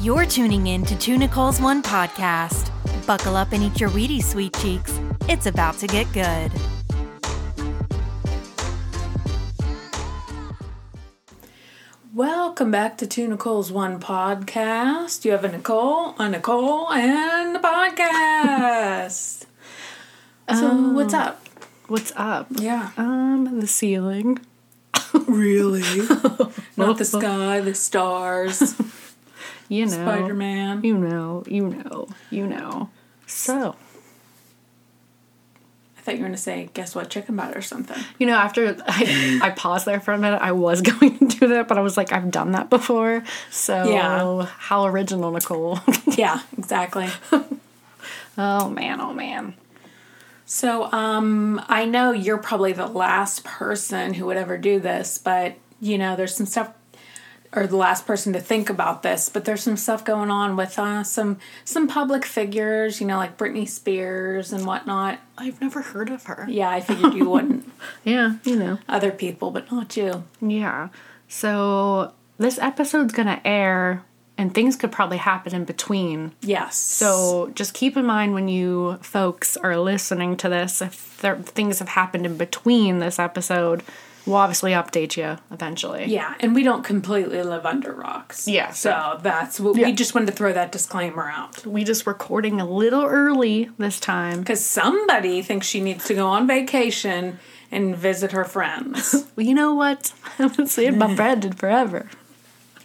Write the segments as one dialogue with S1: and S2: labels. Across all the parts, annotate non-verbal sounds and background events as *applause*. S1: You're tuning in to Two Nicole's One podcast. Buckle up and eat your Wheaties, sweet cheeks. It's about to get good.
S2: Welcome back to Two Nicole's One podcast. You have a Nicole, a Nicole, and a podcast. so, what's up?
S3: What's up?
S2: Yeah.
S3: Um, the ceiling.
S2: Really? *laughs* Not the sky, the stars,
S3: You know.
S2: Spider Man.
S3: You know, you know, you know. So,
S2: I thought you were going to say, guess what, chicken butt or something.
S3: you know, after *laughs* I, I paused there for a minute, I was *laughs* going to do that, but I was like, I've done that before. So,
S2: Yeah.
S3: how original, Nicole. *laughs*
S2: yeah, exactly.
S3: oh, man, oh, man.
S2: So, um, I know you're probably the last person who would ever do this, but you know, there's some stuff, or the last person to think about this, but there's some stuff going on with uh, some some public figures, you know, like Britney Spears and whatnot.
S3: I've never heard of her.
S2: Yeah, I figured you
S3: *laughs*
S2: wouldn't.
S3: Yeah, you know.
S2: Other people, but not you.
S3: Yeah. So, this episode's going to air, and things could probably happen in between.
S2: Yes.
S3: So just keep in mind when you folks are listening to this, if there, things have happened in between this episode, we'll obviously update you eventually.
S2: yeah, and we don't completely live under rocks.
S3: Yeah,
S2: So, that's what we just wanted to throw that disclaimer out
S3: We just recording a little early this time.
S2: because somebody thinks she needs to go on vacation and visit her friends.
S3: Well, you know what? *laughs* I haven't seen my friend in forever. *laughs*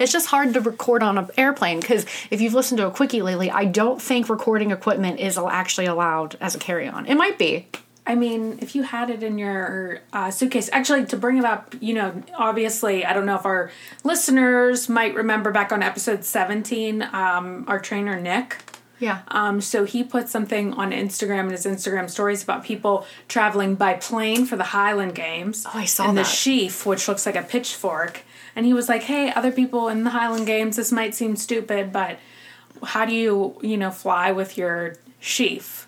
S3: it's just hard to record on an airplane because if you've listened to a quickie lately, I don't think recording equipment is al- actually allowed as a carry-on. It might be.
S2: I mean, if you had it in your uh, suitcase, actually, to bring it up, you know, obviously, I don't know if our listeners might remember back on episode 17, um, our trainer Nick.
S3: Yeah.
S2: Um, so he put something on Instagram in his Instagram stories about people traveling by plane for the Highland Games.
S3: Oh, I saw
S2: And the
S3: that.
S2: sheaf, which looks like a pitchfork. And he was like, hey, other people in the Highland Games, this might seem stupid, but how do you, you know, fly with your sheaf?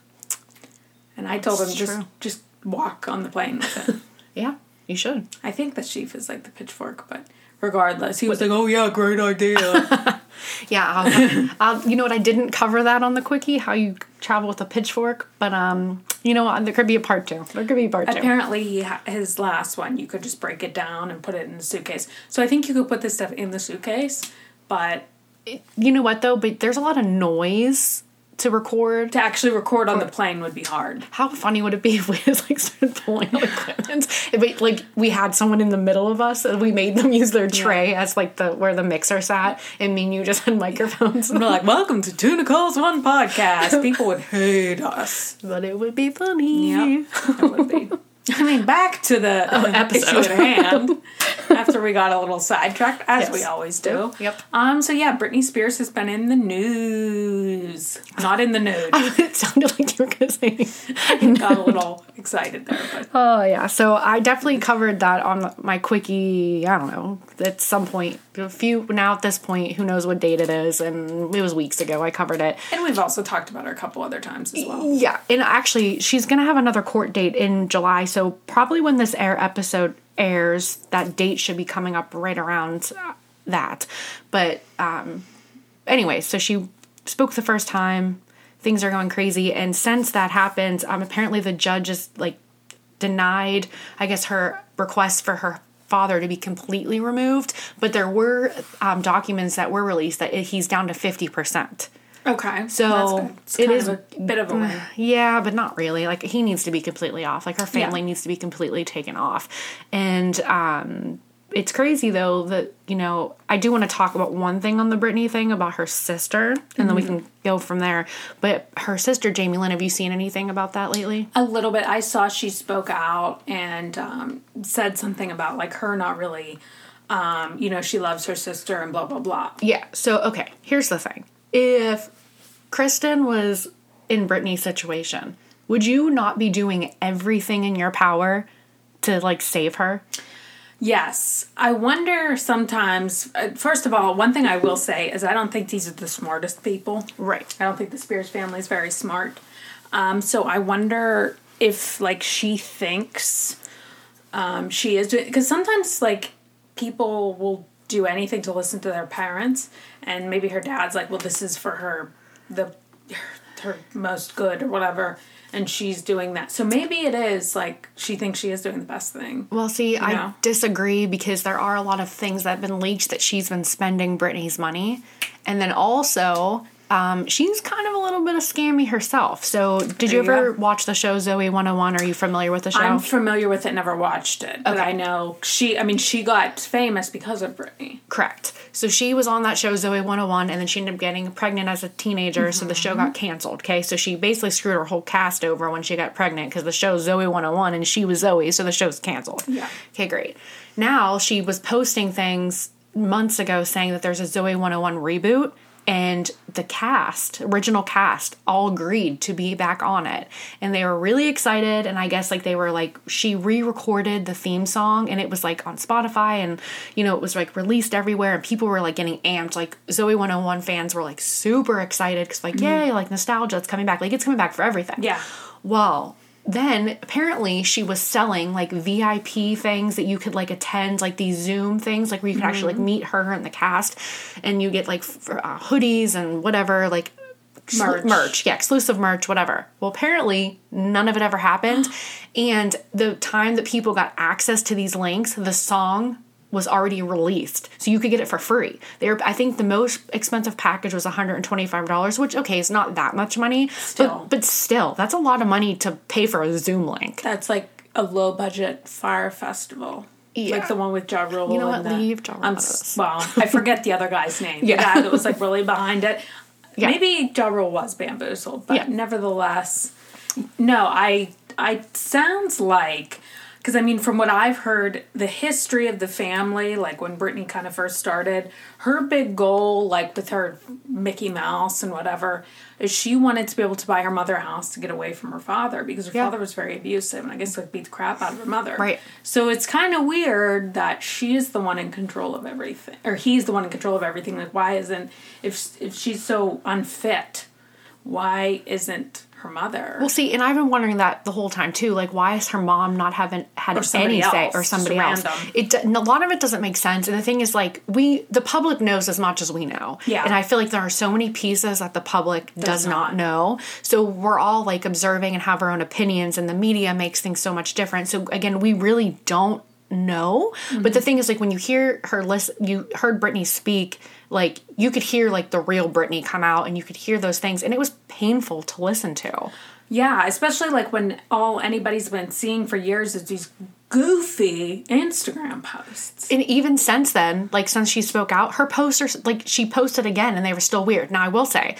S2: And I told him, just,
S3: true.
S2: just walk on the plane with it. *laughs*
S3: yeah. You should.
S2: I think the sheaf is like the pitchfork, but regardless, he was like, oh, yeah, great *laughs* idea.
S3: Yeah, I'll, I'll, you know what? I didn't cover that on the quickie, how you travel with a pitchfork, but um, you know what? There could be a part two. There could be a part two.
S2: Apparently, he ha- his last one, you could just break it down and put it in a suitcase. So I think you could put this stuff in the suitcase, but
S3: You know what though? But there's a lot of noise to record.
S2: to actually record on the plane would be hard. *laughs*
S3: How funny would it be *laughs* if we just like started pulling out equipment? If we, like we had someone in the middle of us and we made them *laughs* use their tray as like the where the mixer sat, and me and you just had microphones.
S2: We're like, welcome to Two Nicole's One podcast. People would hate us.
S3: but it would be funny.
S2: Yeah, it would be. *laughs* I mean, back to the uh,
S3: episode.
S2: issue at *laughs* hand. after we got a little sidetracked, as we
S3: Yes.
S2: always do.
S3: Yep.
S2: Um. So yeah, Britney Spears has been in the news. Not in the *laughs* nude.
S3: *laughs* it sounded like you were gonna say.
S2: got a little excited there, but
S3: Oh yeah, so I definitely covered that on my quickie. I don't know at some point, a few now at this point, who knows what date it is, and it was weeks ago. I covered it.
S2: and we've also talked about her a couple other times as well.
S3: Yeah, and actually, she's gonna have another court date in July, so probably when this air episode airs, that date should be coming up right around uh, that. But um, anyway, so she spoke the first time. Things are going crazy, and since that happened, um, apparently the judge is like denied, I guess, her request for her father to be completely removed. But there were um, documents that were released that he's down to fifty percent.
S2: Okay,
S3: So,
S2: that's
S3: it
S2: good. It's
S3: is- Mm-hmm.
S2: kind of a bit of a win.
S3: Yeah, but not really. Like he needs to be completely off. Like her family
S2: Yeah.
S3: needs to be completely taken off. And um it's crazy though that, you know, I do want to talk about one thing on the Britney thing about her sister and then we can go from there. But her sister Jamie Lynn, have you seen anything about that lately?
S2: A little bit. I saw she spoke out and um, said something about like her not really, um, you know, she loves her sister and blah blah blah.
S3: Yeah. So okay, here's the thing. If Kristen was in Brittany's situation, would you not be doing everything in your power to like save her?
S2: Yes, I wonder sometimes. Uh, first of all, one thing I will say is I don't think these are the smartest people.
S3: Right.
S2: I don't think the Spears family is very smart. Um, so I wonder if like she thinks um, she is doing because sometimes like people will do anything to listen to their parents, and maybe her dad's like, well, this is for her, the her, her most good or whatever, and she's doing that. So maybe it is like she thinks she is doing the best thing.
S3: Well, see, I
S2: know?
S3: disagree because there are a lot of things that have been leaked that she's been spending Britney's money. And then also, um, she's kind of a little bit of scammy herself. So, did you
S2: There you
S3: ever
S2: go.
S3: watch the show Zoe 101? Are you familiar with the show?
S2: I'm familiar with it, never watched it, but
S3: Okay.
S2: I know she. I mean, she got famous because of Britney.
S3: Correct. So she was on that show Zoe 101 and then she ended up getting pregnant as a teenager so the
S2: Mm-hmm.
S3: show got canceled, okay? So she basically screwed her whole cast over when she got pregnant cuz the show's Zoe 101 and she was Zoe, so the show's canceled.
S2: Yeah.
S3: Okay, great. Now she was posting things months ago saying that there's a Zoe 101 reboot and the cast, original cast, all agreed to be back on it. And they were really excited. And I guess like they were like, she re recorded the theme song and it was like on Spotify and, you know, it was like released everywhere. And people were like getting amped. Like Zoe 101 fans were like super excited because, like, yay, like nostalgia, it's coming back. Like it's coming back for everything.
S2: Yeah.
S3: Well, then apparently she was selling like VIP things that you could like attend, like these Zoom things, like where you could actually like meet her and the cast, and you get like f- uh, hoodies and whatever, like exclu-
S2: Merch.
S3: merch, yeah, exclusive merch, whatever. Well, apparently none of it ever happened, and the time that people got access to these links, the song was already released, so you could get it for free. They were, I think the most expensive package was one hundred and twenty five dollars, which okay, it's not that much money,
S2: Still.
S3: but but still, that's a lot of money to pay for a Zoom link.
S2: That's like a low budget fire festival.
S3: Yeah.
S2: Like the one with Ja Rule.
S3: You know
S2: and
S3: what?
S2: the-
S3: Leave Ja Rule
S2: I'm
S3: out of
S2: s-
S3: this.
S2: Well, I forget the other
S3: *laughs*
S2: guy's name.
S3: Yeah.
S2: The guy that was like really behind it.
S3: *laughs* Yeah.
S2: Maybe Ja Rule was bamboozled, but
S3: Yeah.
S2: nevertheless, no, I, I, sounds like, because I mean, from what I've heard, the history of the family, like when Britney kind of first started, her big goal, like with her Mickey Mouse and whatever, is she wanted to be able to buy her mother a house to get away from her father because her
S3: Yeah.
S2: father was very abusive and I guess like beat the crap out of her mother.
S3: Right.
S2: So it's kind of weird that she is the one in control of everything, or he's the one in control of everything. Like, why isn't if if she's so unfit, why isn't her mother?
S3: Well, see, and I've been wondering that the whole time too. Like, why is her mom not having had any
S2: somebody
S3: say
S2: else,
S3: or somebody
S2: just
S3: else?
S2: random.
S3: It do- and a lot of it doesn't make sense. And the thing is, like, we the public knows as much as we know.
S2: Yeah.
S3: And I feel like there are so many pieces that the public does, not.
S2: not.
S3: know. So we're all like observing and have our own opinions, and the media makes things so much different. So again, we really don't know. But
S2: Mm-hmm.
S3: the thing is, like, when you hear her list, you heard Britney speak. Like you could hear like the real Britney come out, and you could hear those things, and it was painful to listen to.
S2: yeah, especially like when all anybody's been seeing for years is these goofy Instagram posts.
S3: and even since then, like since she spoke out, her posts are like she posted again, and they were still weird. Now I will say,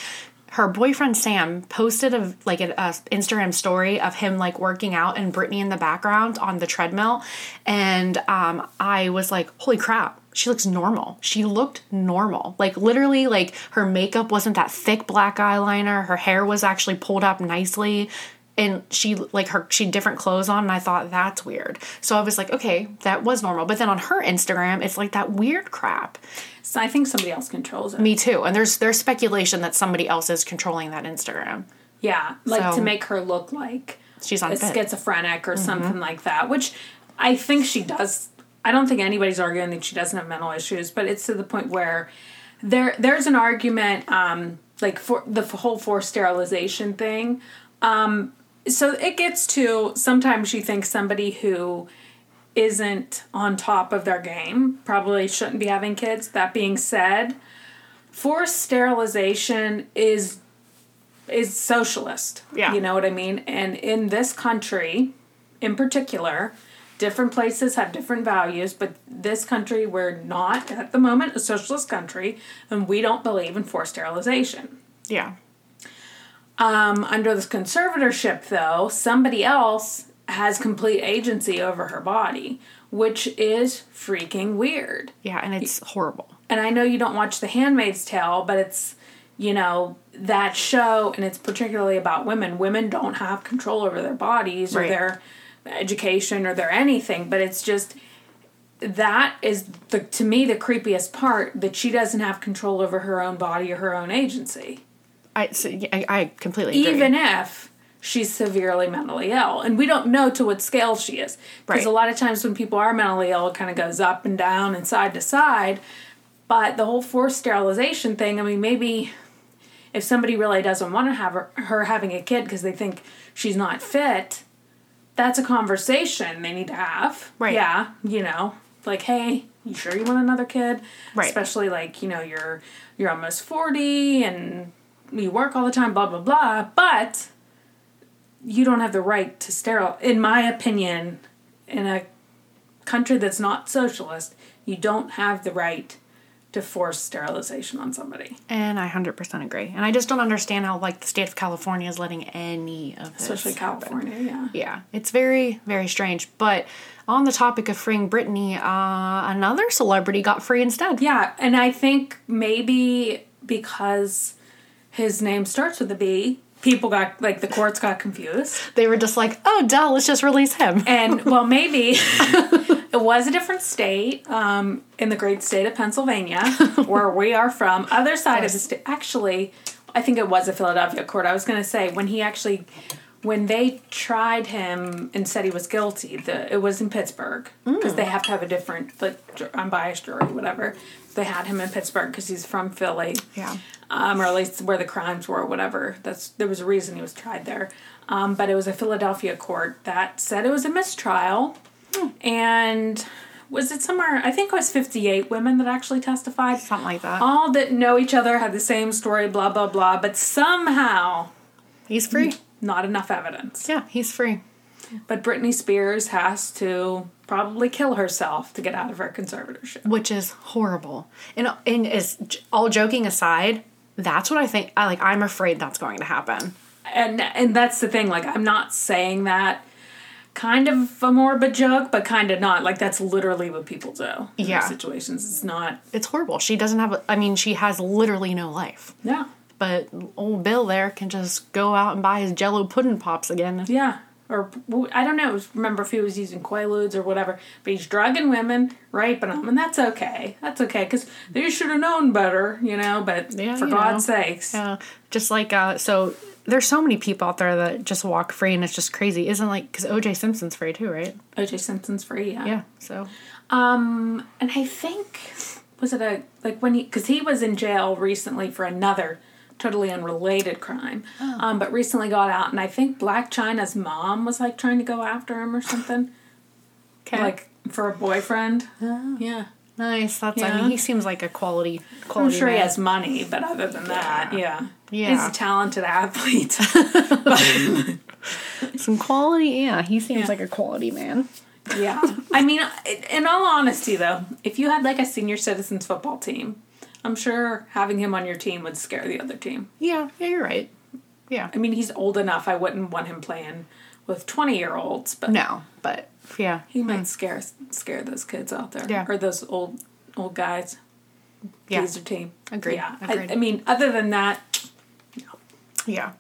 S3: her boyfriend Sam posted a like an a Instagram story of him like working out and Brittany in the background on the treadmill, and um, I was like, holy crap. She looks normal. She looked normal. Like literally like her makeup wasn't that thick black eyeliner, her hair was actually pulled up nicely and she like her she had different clothes on and i thought that's weird so i was like okay that was normal but then on her instagram it's like that weird crap
S2: So I think somebody else controls it.
S3: me too and there's there's speculation that somebody else is controlling that instagram
S2: Yeah, like
S3: So- Mm-hmm.
S2: to make her look like
S3: She's on
S2: a
S3: fit.
S2: schizophrenic or something like that, which I think she does. I don't think anybody's arguing that she doesn't have mental issues, but it's to the point where there there's an argument um, like for the f- whole forced sterilization thing. Um, so it gets to sometimes she thinks somebody who isn't on top of their game probably shouldn't be having kids. That being said, forced sterilization is is socialist.
S3: Yeah.
S2: You know what I mean? And in this country in particular, different places have different values, but this country we're not at the moment a socialist country and we don't believe in forced sterilization.
S3: yeah
S2: Um, under this conservatorship, though, somebody else has complete agency over her body, which is freaking weird.
S3: yeah and it's horrible
S2: And I know you don't watch The Handmaid's Tale, but it's, you know, that show, and it's particularly about women. Women don't have control over their bodies or
S3: Right.
S2: their education or their anything, but it's just that is the to me the creepiest part that she doesn't have control over her own body or her own agency
S3: i so, yeah, I, I completely agree.
S2: even if she's severely mentally ill and we don't know to what scale she is because
S3: Right.
S2: a lot of times when people are mentally ill it kind of goes up and down and side to side But the whole forced sterilization thing, I mean, maybe if somebody really doesn't want to have her, her having a kid because they think she's not fit, that's a conversation they need to have.
S3: Right.
S2: Yeah. You know, like, hey, you sure you want another kid?
S3: Right.
S2: Especially like you know you're you're almost forty and you work all the time, blah blah blah. But you don't have the right to sterile. In my opinion, in a country that's not socialist, you don't have the right to force sterilization on somebody.
S3: And I 100% agree. And I just don't understand how, like, the state of California is letting any of this.
S2: especially California. Yeah.
S3: Yeah, it's very, very strange. But on the topic of freeing Brittany, uh, another celebrity got free instead.
S2: Yeah, and I think maybe because his name starts with a B, people got like the courts got confused.
S3: They were just like, oh, duh, let's just release him. *laughs*
S2: And well, maybe it was a different state um, in the great state of Pennsylvania, where we are from. Other side of the state, actually, I think it was a Philadelphia court. I was going to say when he actually, when they tried him and said he was guilty, the, it was in Pittsburgh because they have to have a different like ju- unbiased jury, whatever. They had him in Pittsburgh because he's from Philly
S3: Yeah.
S2: um, or at least where the crimes were, or whatever. That's there was a reason he was tried there, um, but it was a Philadelphia court that said it was a mistrial, and was it somewhere? I think it was fifty-eight women that actually testified.
S3: Something like that.
S2: All that know each other had the same story, blah blah blah. But somehow,
S3: He's free.
S2: not enough evidence.
S3: Yeah, he's free.
S2: But Britney Spears has to probably kill herself to get out of her conservatorship.
S3: which is horrible. And and is all joking aside, that's what I think. I like. I'm afraid that's going to happen.
S2: and and that's the thing like i'm not saying that kind of a morbid joke but kind of not like that's literally what people do in
S3: Yeah.
S2: those situations it's not
S3: It's horrible. She doesn't have. a- I mean, she has literally no life.
S2: yeah
S3: But old Bill there can just go out and buy his Jello pudding pops again.
S2: yeah or i don't know remember if he was using quaaludes or whatever but he's drugging women raping them and that's okay that's okay because they should have known better you know but
S3: Yeah,
S2: for
S3: you
S2: god's
S3: know.
S2: sakes
S3: Yeah, just like uh, so. There's so many people out there that just walk free, and it's just crazy, isn't like? Because OJ Simpson's free too, right?
S2: oj simpson's free yeah
S3: Yeah. So
S2: Um, and I think was it a like when he because he was in jail recently for another totally unrelated crime,
S3: Oh.
S2: um, but recently got out, and I think Black China's mom was like trying to go after him or something, like for a boyfriend.
S3: Oh.
S2: Yeah,
S3: nice. That's. I
S2: Yeah.
S3: mean, he seems like a quality.
S2: I'm
S3: quality
S2: sure he
S3: man.
S2: has money, but other than that, yeah,
S3: Yeah.
S2: he's a talented athlete.
S3: *laughs* some quality. Yeah, he seems
S2: Yeah.
S3: like a quality man.
S2: yeah, I mean, i- in all honesty, though, if you had like a senior citizens football team, I'm sure having him on your team would scare the other team.
S3: Yeah, yeah, you're right. Yeah.
S2: I mean, he's old enough. I wouldn't want him playing with twenty year olds, but
S3: No, but yeah.
S2: he might scare scare those kids out there
S3: Mm-hmm. Yeah.
S2: or those old old guys.
S3: Yeah.
S2: Geezer team.
S3: Agreed,
S2: Yeah.
S3: agreed.
S2: I, I mean, other than that,
S3: Yeah.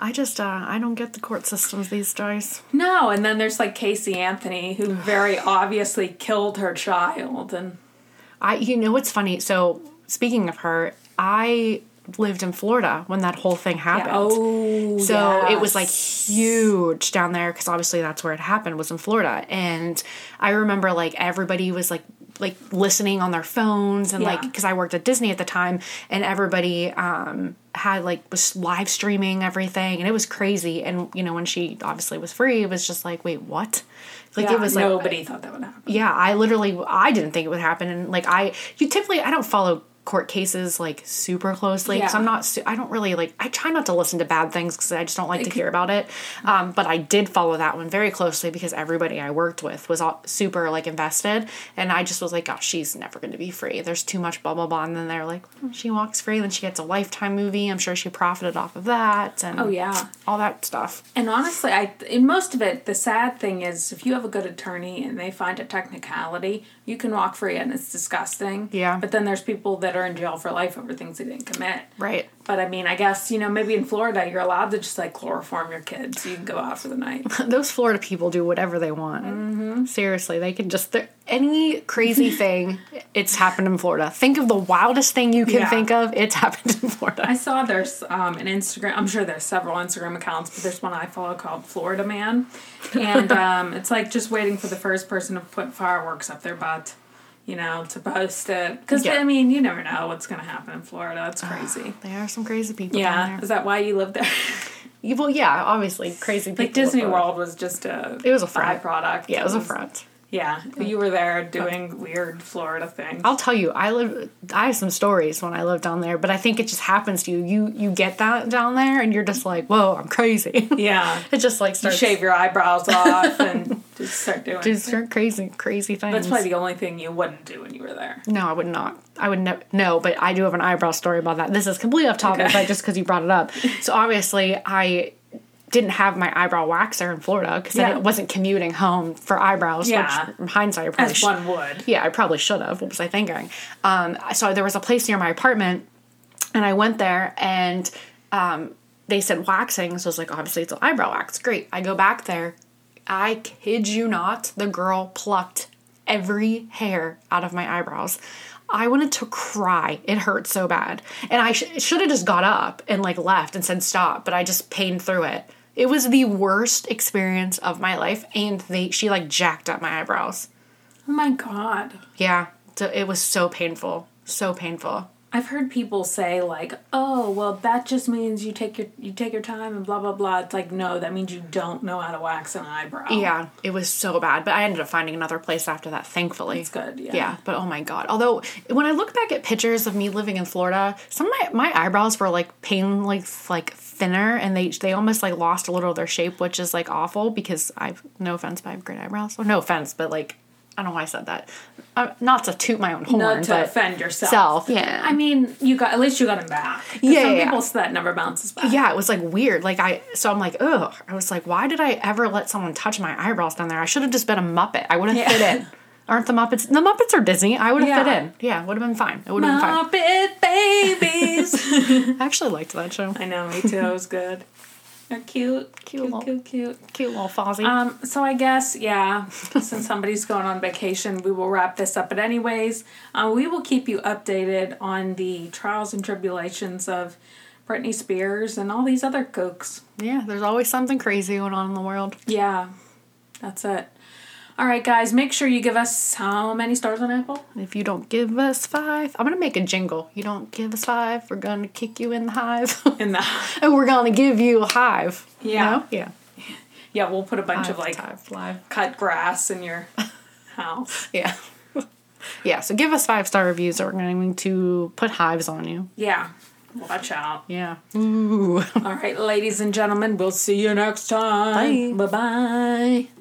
S3: I just uh I don't get the court systems these days.
S2: no. And then there's like Casey Anthony, who very obviously killed her child, and
S3: I you know what's funny? So speaking of her, I lived in Florida when that whole thing happened.
S2: oh,
S3: So it was like huge down there because obviously that's where it happened was in Florida. And I remember like everybody was like like listening on their phones and like
S2: Yeah.
S3: because I worked at Disney at the time and everybody um had like was live streaming everything and it was crazy. And you know when she obviously was free, it was just like wait what? Like
S2: yeah,
S3: it was like
S2: nobody thought that would happen.
S3: yeah i literally i didn't think it would happen and like i you typically i don't follow court cases like super closely because i'm
S2: Yeah.
S3: not su- i don't really like i try not to listen to bad things because i just don't like to hear about it um, but i did follow that one very closely because everybody i worked with was all, super like invested and i just was like oh she's never going to be free there's too much blah blah blah and then they're like "Oh, she walks free then she gets a lifetime movie i'm sure she profited off of that and
S2: Oh yeah.
S3: all that stuff
S2: And honestly, I in most of it, the sad thing is if you have a good attorney and they find a technicality, you can walk free and it's disgusting.
S3: Yeah.
S2: But then there's people that are in jail for life over things they didn't commit.
S3: right
S2: But I mean, I guess you know maybe in Florida you're allowed to just like chloroform your kids so you can go out for the night.
S3: those Florida people do whatever they want. Seriously, they can just they're- any crazy thing. It's happened in Florida. Think of the wildest thing you can
S2: Yeah.
S3: think of. It's *laughs* happened in Florida.
S2: I saw there's um, an Instagram. I'm sure there's several Instagram accounts, but there's one I follow called Florida
S3: *laughs*
S2: Man, and um, it's like just waiting for the first person to put fireworks up their butt. you know, to post it. Because,
S3: Yeah. Ah,
S2: I mean, you never know what's going to happen in Florida. That's crazy.
S3: There are some crazy people
S2: yeah.
S3: down
S2: Is
S3: there.
S2: that why you
S3: *laughs*
S2: live there?
S3: You- Well, yeah, obviously crazy people.
S2: like Disney
S3: but-
S2: World was just a
S3: It was a front.
S2: byproduct.
S3: Yeah, it was a front.
S2: Yeah. You were there doing weird Florida things.
S3: I'll tell you, I live. I have some stories when I lived down there, but I think it just happens to you. You you get that down there, and you're just like, whoa, I'm crazy. *laughs*
S2: yeah.
S3: it just like starts
S2: Shave your eyebrows off
S3: *laughs*
S2: and just start doing
S3: just start crazy, crazy things.
S2: That's probably the only thing you wouldn't do when you were there.
S3: No, I would not. I would never. No, but I do have an eyebrow story about that. This is completely off topic, but just because you brought
S2: *laughs*
S3: it up. So obviously, I didn't have my eyebrow waxer in Florida because
S2: Yeah.
S3: I wasn't commuting home for eyebrows.
S2: Yeah.
S3: Which, in hindsight, I probably
S2: As
S3: sh-
S2: one would.
S3: Yeah, I probably should have. What was I thinking? Um, so there was a place near my apartment, and I went there, and um, they said waxing. So I was like, obviously it's an eyebrow wax. Great. I go back there. I kid you not, the girl plucked every hair out of my eyebrows. I wanted to cry. It hurt so bad, and I sh- should have just got up and like left and said stop. But I just pained through it. It was the worst experience of my life, and they she like jacked up my eyebrows.
S2: Oh my God.
S3: Yeah, so it was so painful, so painful.
S2: I've heard people say like, "Oh, well, that just means you take your you take your time and blah blah blah." It's like, no, that means you don't know how to wax an eyebrow.
S3: Yeah, it was so bad, but I ended up finding another place after that. Thankfully, it's
S2: good, yeah.
S3: yeah, but oh my god! Although when I look back at pictures of me living in Florida, some of my, my eyebrows were like pain like like thinner, and they they almost like lost a little of their shape, which is like awful because I've no offense, but I have great eyebrows. Or no offense, but like I don't know why I said that. Uh, not to toot my own horn,
S2: Not to
S3: but
S2: offend yourself.
S3: self, yeah.
S2: I mean, you got at least you got him back. 'Cause
S3: Yeah,
S2: Some
S3: yeah,
S2: people
S3: yeah.
S2: say that never bounces back.
S3: yeah, it was like weird. Like I, so I'm like, ugh. I was like, why did I ever let someone touch my eyebrows down there? I should have just been a Muppet. I would have
S2: Yeah.
S3: fit in.
S2: *laughs*
S3: Aren't the Muppets? The Muppets are Disney. I would have fit
S2: Yeah.
S3: in. Yeah, would have been fine. It would have been fine.
S2: Muppet babies. *laughs*
S3: I actually liked that show.
S2: I know, me too. It was good. They're cute,
S3: Cute
S2: cute,
S3: little-
S2: cute, cute.
S3: Cute little Fozzie.
S2: Um, so I guess, yeah, since somebody's going on vacation, we will wrap this up. But anyways, uh, we will keep you updated on the trials and tribulations of Britney Spears and all these other gooks.
S3: yeah, there's always something crazy going on in the world.
S2: Yeah, that's it. All right, guys, make sure you give us how many stars on Apple?
S3: And if you don't give us five, I'm gonna make a jingle. You don't give us five, we're gonna kick you in the hive, *laughs*
S2: In the *laughs*
S3: and we're gonna give you a hive.
S2: Yeah.
S3: No? yeah.
S2: yeah, we'll put a bunch of
S3: Hive,
S2: like
S3: hive, live.
S2: cut grass in your house.
S3: Yeah. *laughs* yeah, so give us five star reviews or we're going to put hives on you.
S2: Yeah, watch out.
S3: Yeah. Ooh.
S2: All right, ladies and gentlemen, we'll see you next time.
S3: Bye.
S2: Bye bye.